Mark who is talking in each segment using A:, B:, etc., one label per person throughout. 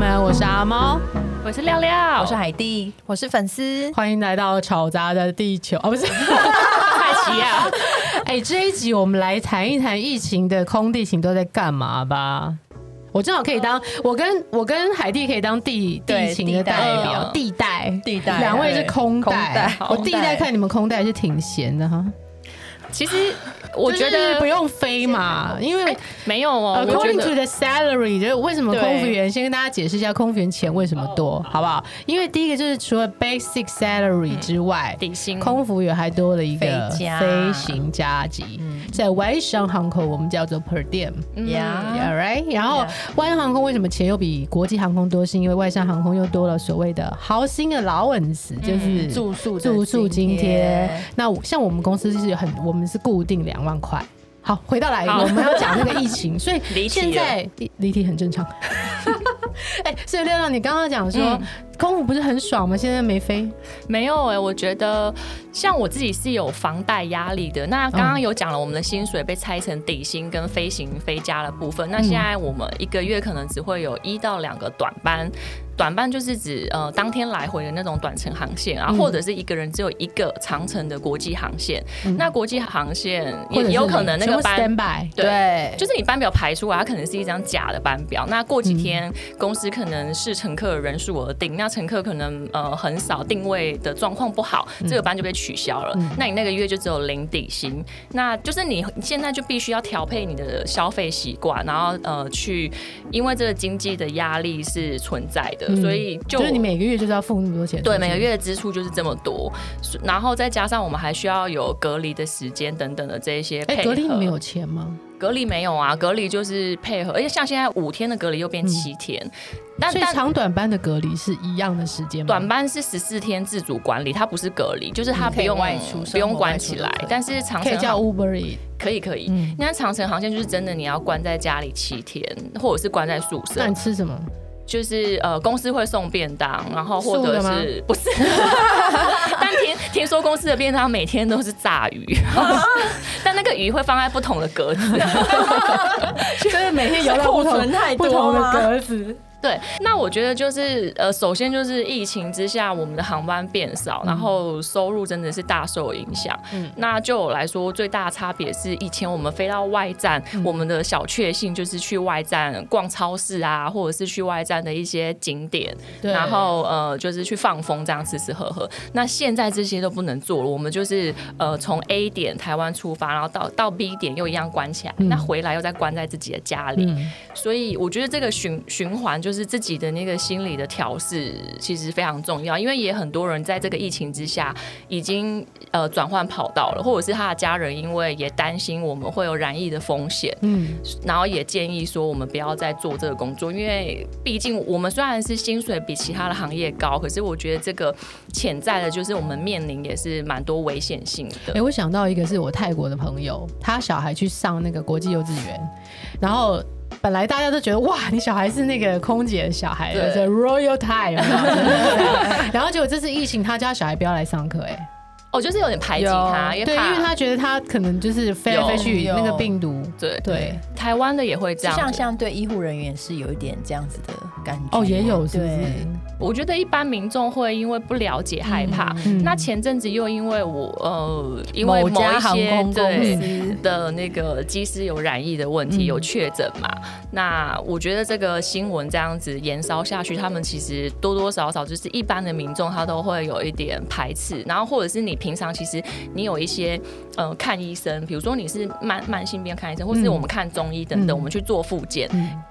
A: 阿猫，
B: 我是廖廖，
C: 我是海蒂，
D: 我是粉丝。
A: 欢迎来到吵杂的地球哦，不是
B: 蔡奇亚。
A: 哎、这一集我们来谈一谈疫情的空地情都在干嘛吧。我正好可以当我跟我跟海蒂可以当地
C: 对
A: 地情的
C: 地带
A: 代表，
C: 嗯
A: 地带
C: 地带
A: 两位是
C: 对
A: 空
C: 空带
A: 带，
C: 好
A: 我地带看你们空带是挺闲的哈，
B: 其实我觉
A: 就是
B: 得
A: 不用飞嘛，因为
B: 没有哦，我觉
A: According to
B: 得
A: the salary，就是为什么
B: 对哦
A: 空服员，先跟大家解释一下空服员钱为什么多，好不好？因为第一个就是除了 basic
B: 嗯
A: salary 之外，
B: 底薪
A: 空服员还多了一个
C: 飞
B: 啊
C: 加
A: 飞行加急，
B: 嗯
A: 在外商航空我们叫做 per diem。
C: 呀
A: All right，然后
C: Yeah
A: 外商航空为什么钱又比国际航空多？是因为外商航空又多了所谓的 housing allowance，就是
B: 嗯
C: 住宿的
A: 住宿津贴
C: 贴。
A: 那我像我们公司是很，我们是固定两万块。好，回到来，
B: 好
A: 我们要讲那个疫情，所
B: 离
A: 以
B: 题
A: 现在离离题很正常。 哎、所以亮亮，你刚刚讲
B: 嗯
A: 说、空服不是很爽吗？现在没飞，
B: 没有哎、我觉得像我自己是有房贷压力的。那刚刚有讲了，我们的薪水被拆成底薪跟飞行飞加的部
A: 嗯
B: 分。那现在我们一个月可能只会有一到两个短班。短班就是指呃当天来回的那种短程航线
A: 嗯
B: 啊，或者是一个人只有一个长程的国际航线。那国际航线
A: 嗯或
B: 也
A: 者是
B: 有可能那个班
A: stand by，哎
C: 对，
B: 就是你班表排出来，它可能是一张假的班表。那过几天、公司可能视乘客人数而定，那乘客可能呃很少，定位的状况不好，
A: 嗯
B: 这个班就被取消了。那你那个月就只有零底薪，那就是你你现在就必须要调配你的消费习惯，然后呃去，因为这个经济的压力是存在的，所以就
A: 嗯就是你每个月就是要付那么多钱，
B: 对，
A: 是不
B: 每
A: 是
B: 个月的支出就是这么多，所然后再加上我们还需要有隔离的时间等等的这一些
A: 哎、
B: 配合。
A: 格力你们有钱吗？
B: 隔离没有啊，隔离就是配合，而且像现在五天的隔离又变
C: 嗯
B: 七天，但
A: 所以
B: 但
A: 长短班的隔离是一样的时间吗？
B: 短班是十四天自主管理，它不是隔离，就是它
C: 嗯
B: 不用
C: 可以外出
B: 不
C: 生
B: 用
C: 活
B: 关
C: 外出
B: 起
C: 都
B: 来
C: 可以，嗯
B: 但是长
A: 可以
B: 城
A: 叫
B: 航
A: Uber Eat。
B: 可以可以，那长城航线就是真的你要关在家里七天，或者是关在宿
A: 那
B: 舍
A: 你，吃什么？
B: 就是呃公司会送便当，然后或
A: 素
B: 者
A: 的 吗
B: 是 不是？但听听说公司的便当每天都是炸鱼， 但那个鱼会放在不同的格子。
A: 就是每天游到
C: 库
A: 不同
C: 存太
A: 不同
C: 多
A: 的
C: 吗？
A: 格子。
B: 对，那我觉得就是呃，首先就是疫情之下，我们的航班变少，然后收入真的是大受影响。嗯，那就我来说，最大的差别是以前我们飞到外站，我们的小确幸就是去外站逛超市啊，或者是去外站的一些景点，
A: 对
B: 然后呃，就是去放风这样吃吃喝喝。那现在这些都不能做了，我们就是呃从 A 点台湾出发，然后到到 B 点又一样关起来，那回来又再关在自己的家里。所以我觉得这个循循环就是自己的那个心理的调试，其实非常重要，因为也很多人在这个疫情之下已经呃转换跑道了，或者是他的家人因为也担心我们会有染疫的风险，
A: 嗯，
B: 然后也建议说我们不要再做这个工作，因为毕竟我们虽然是薪水比其他的行业高，可是我觉得这个潜在的就是我们面临也是蛮多危险性
A: 哎、
B: 的。
A: 我想到一个是我泰国的朋友，他小孩去上那个国际幼稚园，然后。本来大家都觉得哇，你小孩是那个空姐的小孩，
B: 对
A: 叫 Royal Thai，有没有 然后结果这次疫情，他叫小孩不要来上课、哎，
B: 哦，就是有点排挤他，也
A: 对，
B: 怕
A: 因为他觉得他可能就是飞来飞去
C: 有
A: 那个病毒，
B: 对
A: 对，
B: 台湾的也会这
C: 就
B: 样子，
C: 像像对医护人员是有一点这样子的感觉
A: 哦，也有是不是？
C: 对
B: 我觉得一般民众会因为不了解害怕。
A: 嗯
B: 那前阵子又因为我呃，因为
C: 某
B: 某
C: 家
B: 一
C: 航
B: 些
C: 空公
B: 对
C: 司
B: 的那个机师有染疫的问
A: 嗯
B: 题，有确诊嘛？那我觉得这个新闻这样子延烧下去，他们其实多多少少就是一般的民众，他都会有一点排斥。然后或者是你平常其实你有一些呃看医生，比如说你是慢慢性病看医生，或是我们看中医等等，
A: 嗯
B: 我们去做复健。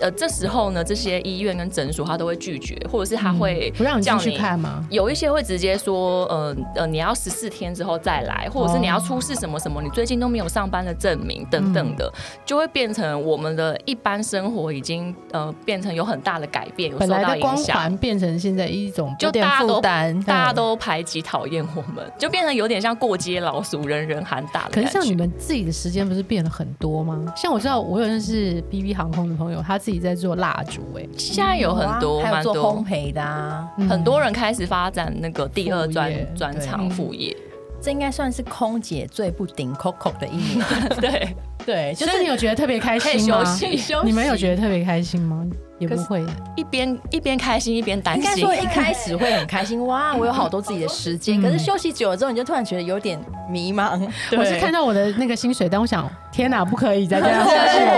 B: 呃，这时候呢，这些医院跟诊所他都会拒绝，或者是他会
A: 嗯不让你
B: 叫
A: 进去看吗？
B: 有一些会直接说，呃呃，你要十四天之后再来，或者是你要出示什么什么，你最近都没有上班的证明等等
C: 嗯
B: 的，就会变成我们的一般生活已经呃变成有很大的改变，有受
A: 本来
B: 到
A: 的光
B: 影响。
A: 环变成现在一种
B: 就
C: 有点
B: 大家都
C: 负担嗯
B: 大家都排挤讨厌我们，就变成有点像过街老鼠，人人喊打的
A: 可
B: 感
A: 是
B: 觉。
A: 像你们自己的时间不是变了很多吗？像我知道我有认识 BB 航空的朋友，他自己在做蜡烛、哎，
B: 现在有很多
C: 还有
B: 蛮
C: 做烘
B: 多
C: 焙的啊，
A: 嗯
B: 很多人开始发展那个第二
A: 副业
B: 专专
C: 对
B: 长副业，
C: 这应该算是空姐最不顶 Coco 的一 年。
B: 对，
C: 对，就
A: 所以你
C: 是
A: 有觉得特别开心吗
B: 可以？休息休息
A: 你们有觉得特别开心吗？也不会，啊
B: 一边一边开心一边担
C: 应该
B: 心
C: 说。一开始会很开 心，哇，我有好多自己的时间。
A: 嗯
C: 可是休息久了之后，你就突然觉得有点迷茫。
A: 我是看到我的那个薪水单，我想天哪，不可以再这样下去了。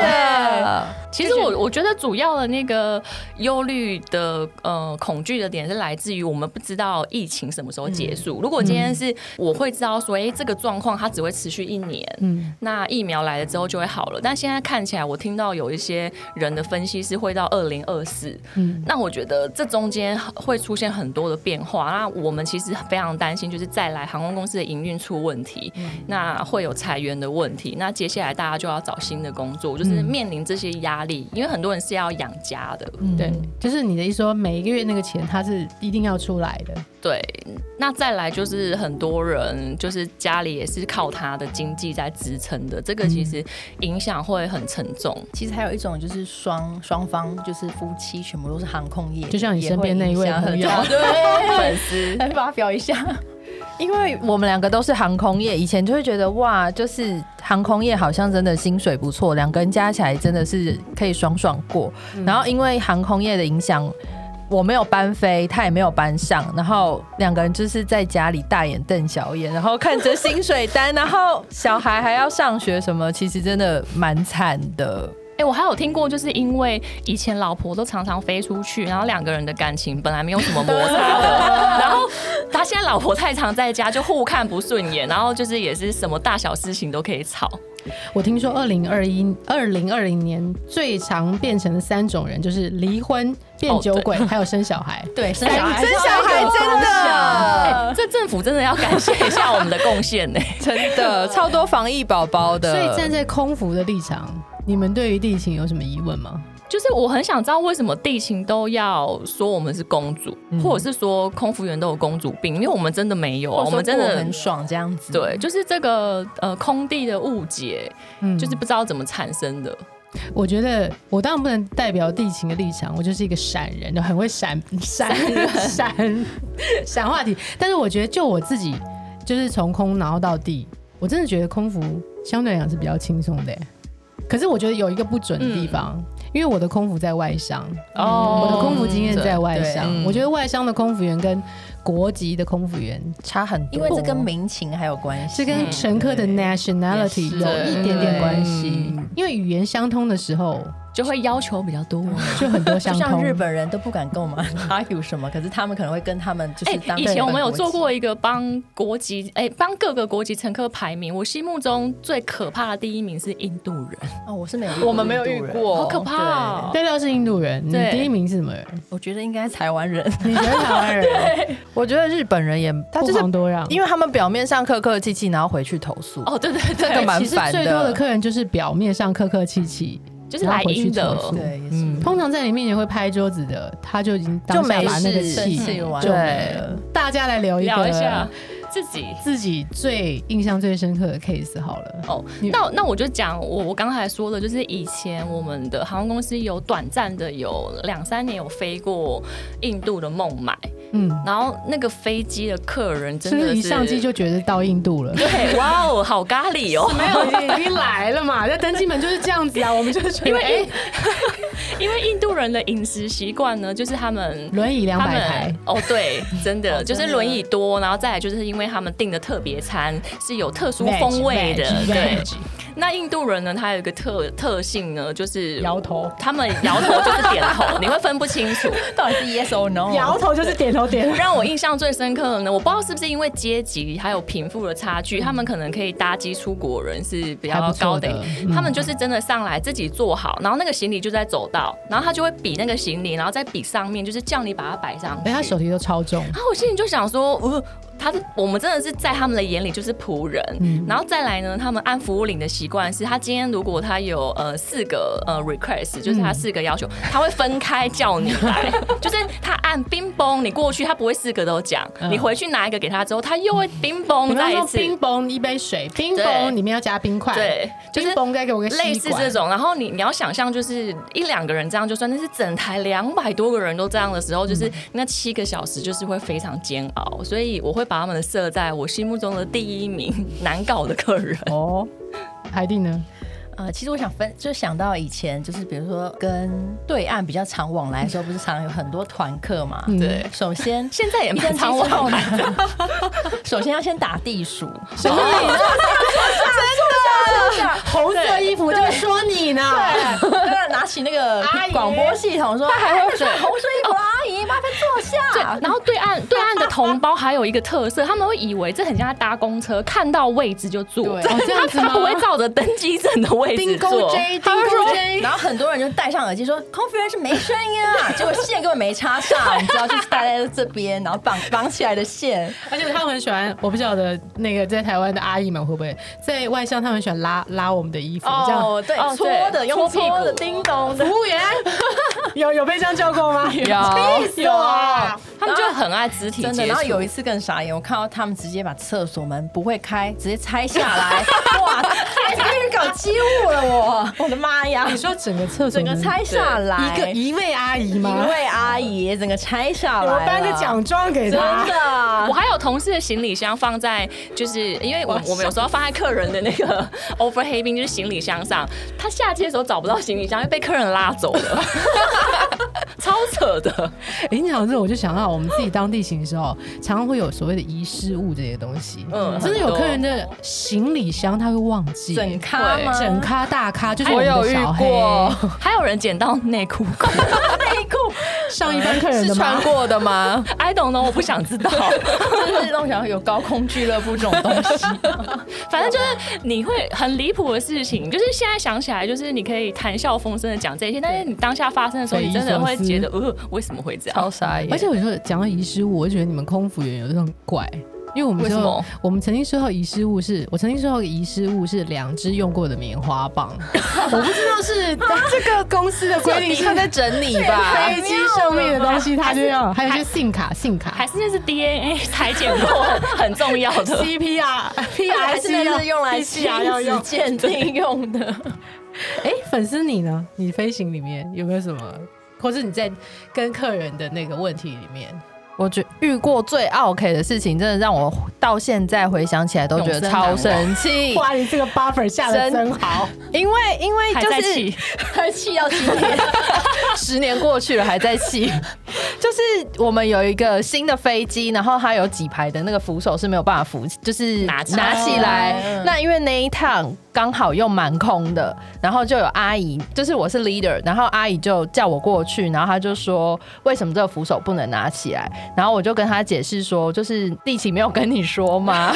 C: 对，
B: 其实我我觉得主要的那个忧虑的呃恐惧的点是来自于我们不知道疫情什么时候结束。如果今天是我会知道说，哎、这个状况它只会持续一年，
A: 嗯，
B: 那疫苗来了之后就会好了。但现在看起来，我听到有一些人的分析是会到二零二四，
A: 嗯
B: 嗯，那我觉得这中间会出现很多的变化。那我们其实非常担心，就是再来航空公司的营运出问题，那会有裁员的问题。那接下来大家就要找新的工作，就是面临这些压力，因为很多人是要养家的，
A: 对，就是你的意思说，每一个月那个钱它是一定要出来的，
B: 对。那再来就是很多人就是家里也是靠他的经济在支撑的，这个其实影响会很沉重。
C: 其实还有一种就是双双方就是夫妻全部都是航空业，
A: 就像你身边那一位
C: 也会影响
A: 朋
C: 很
A: 友
C: 对
B: 粉丝
C: 来发表一下。
D: 因为我们两个都是航空业，以前就会觉得哇，就是航空业好像真的薪水不错，两个人加起来真的是可以爽爽过。
C: 嗯
D: 然后因为航空业的影响，我没有班飞，他也没有班上，然后两个人就是在家里大眼瞪小眼，然后看着薪水单，然后小孩还要上学什么，其实真的蛮惨的。
B: 哎、我还有听过，就是因为以前老婆都常常飞出去，然后两个人的感情本来没有什么摩擦的，然后他现在老婆太常在家，就互看不顺眼，然后就是也是什么大小事情都可以吵。
A: 我听说二零二一、二零二零年最常变成的三种人就是离婚、变
B: 哦
A: 酒
B: 对
A: 鬼，还有生小孩。
C: 对，生小孩，
D: 哎生小孩真的
B: 哎这政府真的要感谢一下我们的贡献呢。
D: 真的超多防疫宝 宝的，
A: 所以站在空服的立场，你们对于地勤有什么疑问吗？
B: 就是我很想知道为什么地勤都要说我们是公主，
D: 嗯
B: 或者是说空服员都有公主病，因为我们真的没有啊，我们真
C: 或者说过
B: 的
C: 很爽这样子。
B: 对，就是这个呃空地的误解，
A: 嗯，
B: 就是不知道怎么产生的。
A: 我觉得我当然不能代表地勤的立场，我就是一个闪人，就很会闪闪 闪闪话题。但是我觉得就我自己，就是从空然后到地，我真的觉得空服相对来讲是比较轻松的耶。可是我觉得有一个不准的地方，因为我的空服在外商，
B: 哦
A: 我的空服经验
B: 对
A: 在外
C: 对
A: 商，
D: 嗯
A: 我觉得外商的空服员跟国籍的空服员
D: 差很多，
C: 因为这跟民情还有关系，
A: 是跟乘客的
C: 对
A: nationality
C: 也是
A: 有一点点关系
D: 嗯，
A: 因为语言相通的时候
B: 就会要求比较多。
A: 就很多
C: 就
A: 相
C: 像
A: 通。
C: 日本人都不敢跟我们 argue 什么，可是他们可能会跟他们就
B: 哎、
C: 是当、
B: 以前我们有做过一个帮国籍，哎、帮各个国籍乘客排名。我心目中最可怕的第一名是印度人，
C: 哦，我是没有遇过，
D: 我们没有遇。过，
B: 好可怕哦、
A: 对料是印度人，你
B: 对
A: 第一名是什么人？
C: 我觉得应该是台湾人，
A: 你觉得台 湾人？
D: 我觉得日本人也，他
A: 不
D: 就是
A: 遑多让，
D: 因为他们表面上客客气气，然后回去投诉。
B: 哦，对对
D: 这
B: 对，
D: 个蛮
A: 其实
D: 烦的
A: 最多的客人就是表面上客客气气，
B: 就是来阴
A: 然后
B: 的
A: 回去投。诉
C: 对，也是。
D: 嗯，
A: 通常在你面前会拍桌子的，他就已经当
D: 就
A: 下
D: 没
A: 把那个
D: 事
A: 气
C: 生气完
A: 就
D: 了
A: 没了。大家来聊一
B: 聊
A: 个
B: 一下自己。
A: 自己最印象最深刻的 case 好了。
B: 哦
A: 你，
B: 那那我就讲我我刚才说的，就是以前我们的航空公司有短暂的有两三年有飞过印度的孟买，
A: 嗯，
B: 然后那个飞机的客人
A: 是
B: 真
A: 不
B: 的
A: 是
B: 是
A: 一上机就觉得到印度了？
B: 对，哇哦，好咖喱哦，
A: 没有，已经已经来了 嘛，在登机门就是这样子啊，我们就是觉得
B: 因为
A: 哎
B: 印，因为印度人的饮食习惯呢，就是他们。
A: 轮椅两
B: 他
A: 百
B: 们
A: 台，
B: 哦，对，真的就
C: 真的
B: 是轮椅多，然后再来就是因为他们订的特别餐是有特殊风味的
A: Veg，veg，
B: 对
A: veg。
B: 那印度人呢，他有一个特特性呢，就是
A: 摇头
B: 他们摇头就是点头， 你会分不清楚。
C: 到底是 yes or no？
A: 摇头就是点头点。
B: 让我印象最深刻的呢，我不知道是不是因为阶级还有贫富的差距，他们可能可以搭机出国人是比
A: 还
B: 较
A: 不错
B: 高
A: 的
B: 的
A: 嗯，
B: 他们就是真的上来自己坐好，然后那个行李就在走道，然后他就会比那个行李，然后再比上面，就是叫你把它摆上去。
A: 哎，他手提都超重，
B: 然后我心里就想说，呃，他的我们真的是在他们的眼里就是仆人。
A: 嗯
B: 然后再来呢，他们按服务领的习惯是，他今天如果他有呃四个呃
A: 嗯
B: request，就是他四个要求，他会分开叫你 来，就是他按冰崩你过去，他不会四个都讲，
A: 嗯
B: 你回去拿一个给他之后，他又会冰
A: 比
B: 崩
A: 方
B: 再一
A: 说
B: 次。
A: 冰崩一杯水，冰
B: 对
A: 崩里面要加冰块，
B: 对就是
A: 冰崩该给我个吸管
B: 类似这。种，然后你你要想象，就是一两个人这样就算，但是整台嗯两百多个人都这样的时候，就是那七个小时就是会非常煎熬，所以我会把把他们设在我心目中的第一名难搞的客人。
A: 哦，海蒂呢？
C: 呃，其实我想分，就想到以前就是比如说跟对岸比较常往来的时候，不是常有很多团客嘛？
A: 嗯
B: 对，，
C: 首先
B: 现在也
C: 一登
B: 蛮
C: 机
B: 常
C: 之后
B: 往
C: 呢
B: 来，
C: 首先要先打地鼠，
A: 所
B: 哦
A: 以
C: 红
A: 这衣服就说你呢，
C: 对，对拿起那个
A: 阿姨
C: 广播系统说，他哎还会穿红色衣服，阿姨麻烦坐
B: 对
C: 下，。
B: 然后对岸对岸的同胞还有一个特色，他们会以为这很像在搭公车，看到位置就坐，
C: 对
A: 哦这样子
B: 他
A: 吗
B: 不会照着登机证的位置 坐。
A: 他会说 J，
C: 然后很多人就戴上耳机说空服员是没声音啊， 结果线根本没插上，你知道，就是大家都这边，然后绑绑起来的线，
A: 而且他们很喜欢，我不晓得那个在台湾的阿姨们会不会在外向，他们喜欢拉拉我们的衣服，这样。
C: 哦，对
B: 哦，
C: 搓
B: 对
C: 的
B: 搓
C: 用
B: 屁股
C: 搓的，叮咚的，
A: 服务员有有被这样叫过吗？
B: 有，
A: 有啊，
B: 他们就很爱肢体
C: 真的。
B: 接
C: 然后
B: 触。
C: 有一次更傻眼，我看到他们直接把厕所门不会开，直接拆下来，哇，太太搞机务了我，我的妈呀
A: 你！说整个厕所
C: 整个
A: 门
C: 拆下来，
A: 嗯一个一位阿姨
C: 一
A: 吗？
C: 位阿姨整个拆下
A: 我
C: 来了，
A: 们颁个奖状给
C: 真
A: 她。
B: 我
C: 的。
B: 还有同事的行李箱放在，就是因为我
A: 哇
B: 我们有时候放在客人的那 个 overhead bin，就是行李箱上，他下机的时候找不到行李箱，就被客人拉走 了，超扯的。
A: 哎、你讲到这，我就想到我们自己当地行的时候，常常会有所谓的遗失物这些东西。嗯，
B: 嗯
A: 真的有
B: 很多
A: 客人的行李箱他会忘记，
C: 整咖吗？
A: 整咖大咖，就是我们
D: 我
A: 的
D: 有遇
A: 小黑。
D: 过
B: 还有人捡到内裤裤
C: 内裤，
A: 上一班客人
D: 是
A: 的吗
D: 穿？过的吗？
B: ，I don't know，我不想知道。
C: 就是让我想到有高空俱乐部这种东西。
B: 反正就是你会很离谱的事情，就是现在想起来，就是你可以谈笑风生的讲这些，但是你当下发生的时候，
A: 匪夷
B: 你真的
A: 所
B: 会
A: 思
B: 觉得，呃，为什么会这样？
D: 超傻眼，
A: 而且我说讲到遗失物，我就觉得你们空服员有这种怪，因为我们
B: 为什
A: 说
B: 么
A: 我们曾经收到遗失物是，我曾经收到遗失物是两只用过的棉花棒，我不知道是这个公司的规定是
D: 他在整理吧？
A: 飞机上面的东
C: 啊
A: 西，它就要还有一些信卡、信卡
B: 还是那是 DNA 裁剪过很很重要的。
A: CPR、
C: 还
A: PR
C: 是那是用来亲
A: PCR 要
C: 子
A: 用。
C: 鉴定用的。
A: 哎，粉丝你呢？你飞行里面有没有什么，或是你在跟客人的那个问题里面？
D: 我觉遇过最 OK 的事情，真的让我到现在回想起来都觉得超生气，
A: 哇，你这个 buffer 下的
D: 真
A: 真好，
D: 因为因为
B: 还
D: 就
B: 在
D: 是
B: 气，
C: 还 气到今天，
D: 十年过去了还在气， 就是我们有一个新的飞机，然后它有几排的那个扶手是没有办法扶，就是
B: 拿起来
D: 拿起来
A: 哦
C: 嗯。
D: 那因为那一趟刚好又蛮空的，然后就有阿姨，就是我是 leader，然后阿姨就叫我过去，然后她就说为什么这个扶手不能拿起来，然后我就跟她解释说，就是地勤没有跟你 说吗？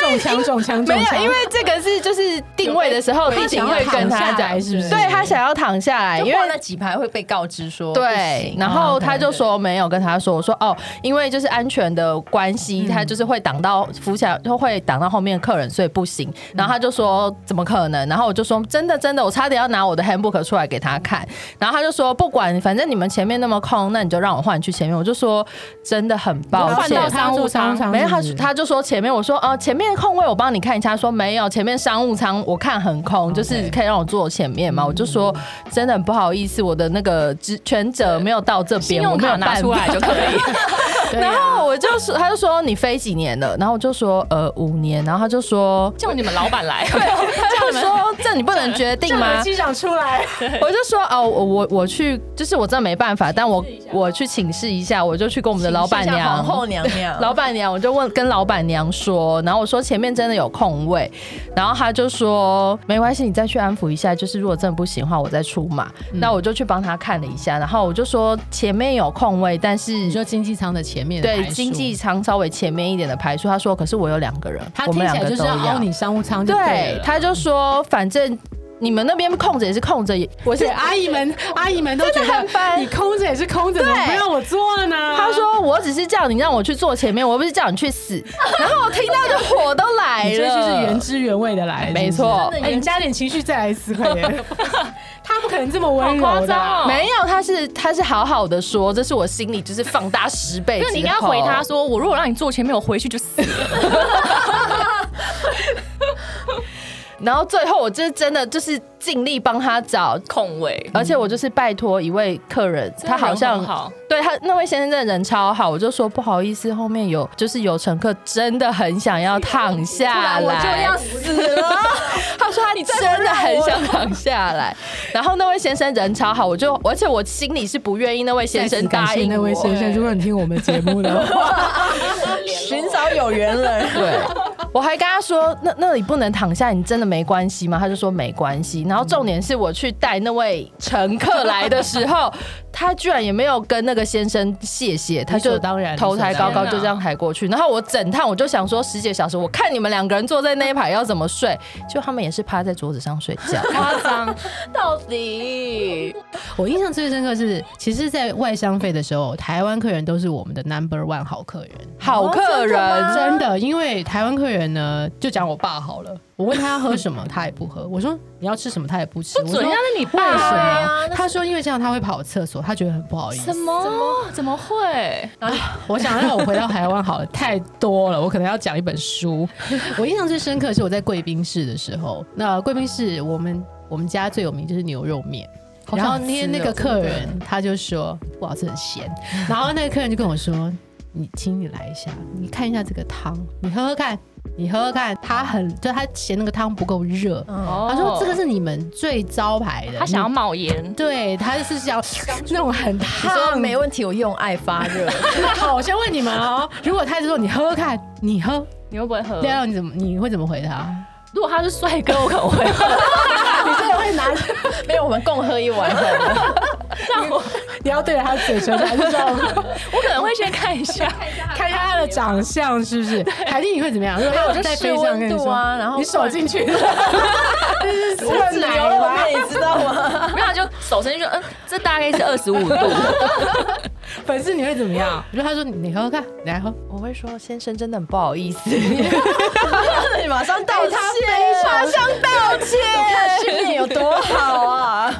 A: 中枪中枪中
D: 没
A: 枪
D: 有，因为这个是就是定位的时候，
A: 有被
D: 地勤会跟
A: 他想要
D: 他
A: 躺下来
D: 讲，
A: 是不是
D: 对他想要躺下来，因
C: 哎因
D: 为
C: 为那几排会被告知说啊哦
D: 对，然后他就说没有跟他说，我说哦，因为就是安全的关系，他就是会挡到扶起来，就会挡到后面的客人，所以不行。然后他就说怎么可能？然后我就说嗯真的真的，我差点要拿我的 handbook 出来给他看。然后他就说不管，反正你们前面那么空，那你就让我换去前面。我就说真的很抱
A: 换
D: 歉，
A: 到商务舱，嗯
D: 没有，他
A: 是不是
D: 他就说前面，我说呃前面空位我帮你看一下，他说没有，前面商务舱我看很空，就是可以让我坐前面嘛。我就说真的很不好意思，我的那个职权责没有到这
B: 信
D: 边，我
B: 用
D: 没有
B: 卡拿
D: 办
B: 出
D: 法
B: 来 就可以。。
A: 对
D: 然
A: 啊
D: 后我就说，他就说你飞几年了？然后我就说呃五年，然后他就说
B: 叫你们老板来，
D: 他就说：“这你不能决定吗？”
A: 机长出来，
D: 我就说：“哦，我我我去，就是我真的没办法，但我我去请示一下，我就去跟我们的老板娘、
C: 皇后娘娘，
D: 老板娘，我就问跟老板娘说，然后我说前面真的有空位，然后她就说没关系，你再去安抚一下，就是如果真的不行的话，我再出马。
A: 嗯
D: 那我就去帮她看了一下，然后我就说前面有空位，但是
A: 你说经济舱的前面的
D: 对
A: 排数
D: 经济，舱稍微前面一点的排数，她说可是我有两个人，
A: 他
D: 我
A: 听起
D: 们两
A: 来
D: 个
A: 就是
D: 都
A: 要凹
D: 要，
A: 你商务舱就对
D: 对，
A: 了。
D: 她就说反正你们那边空着也是空着，也我是
A: 对阿姨 们，阿姨们都觉
D: 真的
A: 得
D: 很烦
A: 你空着也是空着，怎么不让我坐呢？
D: 他说：“我只是叫你让我去坐前面，我又不是叫你去死。”然后我听到就火都来了，
A: 你这就是原汁原味的来，是不是
D: 没错
A: 哎，你加点情绪再来一次，快 点。 他不可能这么温
B: 好夸
A: 柔的
B: 张
A: 啊。
B: 哦！
D: 没有，他是他是好好的说，这是我心里就是放大十倍之
B: 那
D: 后。
B: 你应该回他说，我如果让你坐前面，我回去就死了。
D: 然后最后我就是真的就是尽力帮他找。
B: 空位，
D: 而且我就是拜托一位客人，
B: 真的
D: 他好
B: 人
D: 像
B: 很好
D: 对他那位先生真的人超好，我就说不好意思，后面有就是有乘客真的很想要 躺下来，
C: 我就要死了。
D: 他 说他真的很想躺下来，然后那位先生人超好，我就而且我心里是不愿意那位先生
A: 感
D: 答
A: 谢
D: 应
A: 那位
D: 我，哎
A: 先生，如果你听我们节目的 话，
C: 寻找有缘人，
D: 对，我还跟他说那那里不能躺下，你真的没关系吗？他就说没关系。然后重点是我去带那位乘客来的时 候，他居然也没有跟那个先生谢谢，他
A: 理
D: 就
A: 所当然
D: 头抬高高
B: 理所当然
D: 就这样抬过去。然后我整趟我就想说十几个小时，我看你们两个人坐在那一排要怎么睡，就他们也是趴在桌子上睡 觉。
B: 夸张，
C: 到底
A: 我印象最深刻是，其实，在外商费的时候，台湾客人都是我们的 number one 好客人。
D: 好客人，
A: 真的，因为台湾客人呢，就讲我爸好了。我问他要喝 什么，他也不喝。我说你要吃什么，他也不吃。我
B: 准啊
A: 说
B: 人家
A: 你为什
C: 对啊
A: 么？他说因为这样他会跑厕所，他觉得很不好意思。
B: 么怎么会？
A: 我想让我回到台湾好了，太多了，我可能要讲一本书。我印象最深刻是我在贵宾室的时候，那贵宾室我们我们家最有名就是牛肉面。
D: 好
A: 然
D: 想
A: 后那天
D: 吃
A: 那
D: 哦
A: 个
D: 真
A: 客
D: 的
A: 人他就说不好吃很咸，然后那个客人就跟我说：“你请你来一下，你看一下这个汤，你喝喝看，你喝喝看，它很就他嫌那个汤不够热。
B: 哦
A: 他说这个是你们最招牌的，
B: 他想要
A: 你
B: 冒烟，
A: 对，他是想 那种很
C: 你说
A: 烫
C: 没问题，我用爱发 热。
A: 好，我先问你们哦，如果他就说你喝喝看，你喝，
B: 你会不会喝
A: 廖廖你怎么你会怎么回他？
B: 如果他是帅哥，我可能会 喝。
C: 你真的会 拿？没有，我们共喝一 碗。
B: 那我
A: 你要对着他嘴唇还是这样？
B: 我可能会先 看一下，
A: 看一下他的长相是不是？海蒂你会怎么样？如果
C: 没有我就
A: 在
C: 试
A: 飞机上
C: 温
A: 跟你
C: 度
A: 说，
C: 啊，然后
A: 你手进 去，这是
C: 我
A: 酸
C: 只
A: 奶
C: 牛肉
A: 吧？
C: 面，你知道吗？
B: 没有他就手伸进去，嗯，这大概是二十五度，
A: 粉丝你会怎么样？如果他说你你喝喝看，你来喝，
D: 我会说先生真的很不好意思。
C: 你马上 道歉，
D: 马上道歉，
C: 看训练有多好 啊！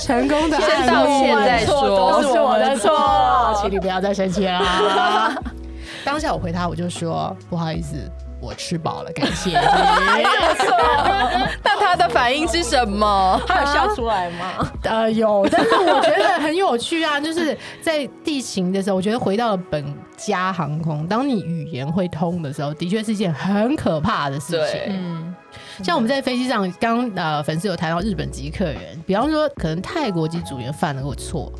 A: 成功的
D: 先道歉再说
A: 都
C: 都
A: 是
C: 是
A: 我
C: 我
A: 的
C: 的
A: 错
C: 错，
A: 请你不要再生气啦。 当下我回他，我就说不好意思，我吃饱了，感谢你。
D: 那他的反应是什么？
C: 他有笑出来吗？
A: 呃，有，但是我觉得很有趣啊，就是在地勤的时候，我觉得回到了本家航空，当你语言会通的时候，的确是一件很可怕的事
B: 对
A: 情。嗯像我们在飞机上，刚呃粉丝有谈到日本籍客人，比方说可能泰国籍组员犯了个错，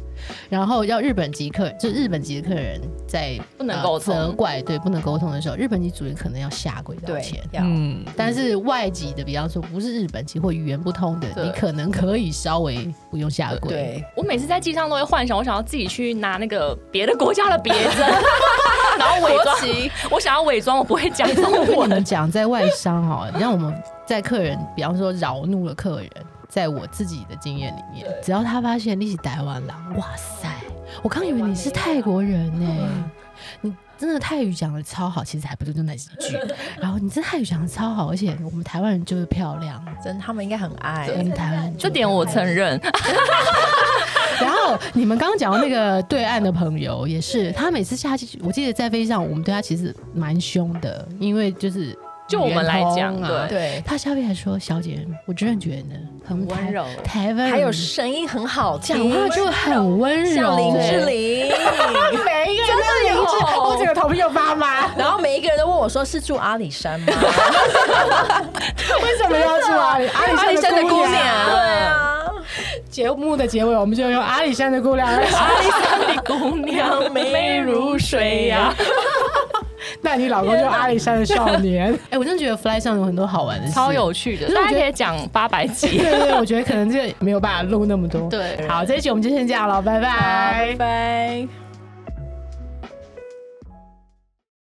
A: 然后要日本籍客，就日本籍的客人在
B: 不能沟通
A: 呃责怪对不能沟通的时候，日本籍组员可能要下跪道
C: 对
A: 歉。，
C: 要
D: 嗯，
A: 但是外籍的，比方说不是日本籍或语言不通的，
B: 对
A: 你可能可以稍微不用下跪。
C: 对，
B: 我每次在机上都会幻想，我想要自己去拿那个别的国家的别针， 然后伪装，
D: 旗
B: 我想要伪装我不会讲
A: 我
B: 中
A: 跟你
B: 文，
A: 们讲，在外商哈，让我们在客人，比方说扰怒了客人，在我自己的经验里面，只要他发现你是台湾人，哇塞，我刚以为你是泰国人呢、你真的泰语讲的超好，其实还不就就那几句。 然后你真的泰语讲的超好，而且我们台湾人就是漂亮，
C: 真他们应该很爱
A: 我。们台湾人就
B: 这点我承认，
A: 然后你们刚刚讲到那个对岸的朋友也是，他每次下去，我记得在飞机上，我们对他其实蛮凶的，因为就是
B: 就我们来讲
A: 语言通啊
B: 对
C: 对，
A: 他下面还说：“小姐，我真的觉得我们台
B: 温柔
A: 台湾
C: 还有
A: 人
C: 声音很好听，
A: 讲话就很温柔，
C: 像林志
A: 对。
C: 玲。
A: 每一个人都林志，我整个头皮又发麻。
C: 然后每一个人都问我说：“是住阿里山 吗
A: 为什么要说阿里阿里
D: 阿里山的姑
A: 娘？
D: 娘，？”
C: 啊，
A: 节目的结尾，我们就用阿里山的姑娘。
B: 阿里山的 姑 娘美如水呀、
A: 那你老公就阿里山的少年。哎、我真的觉得 Fly 上有很多好玩的事，
B: 超。有趣的，
A: 可是我
B: 大
A: 觉
B: 家
A: 得
B: 可以讲八百
A: 对
B: 集。
A: 对对，我觉得可能这个没有办法录那么多。
B: 对
A: 好，这一集我们就先这样了，拜拜
C: 拜拜。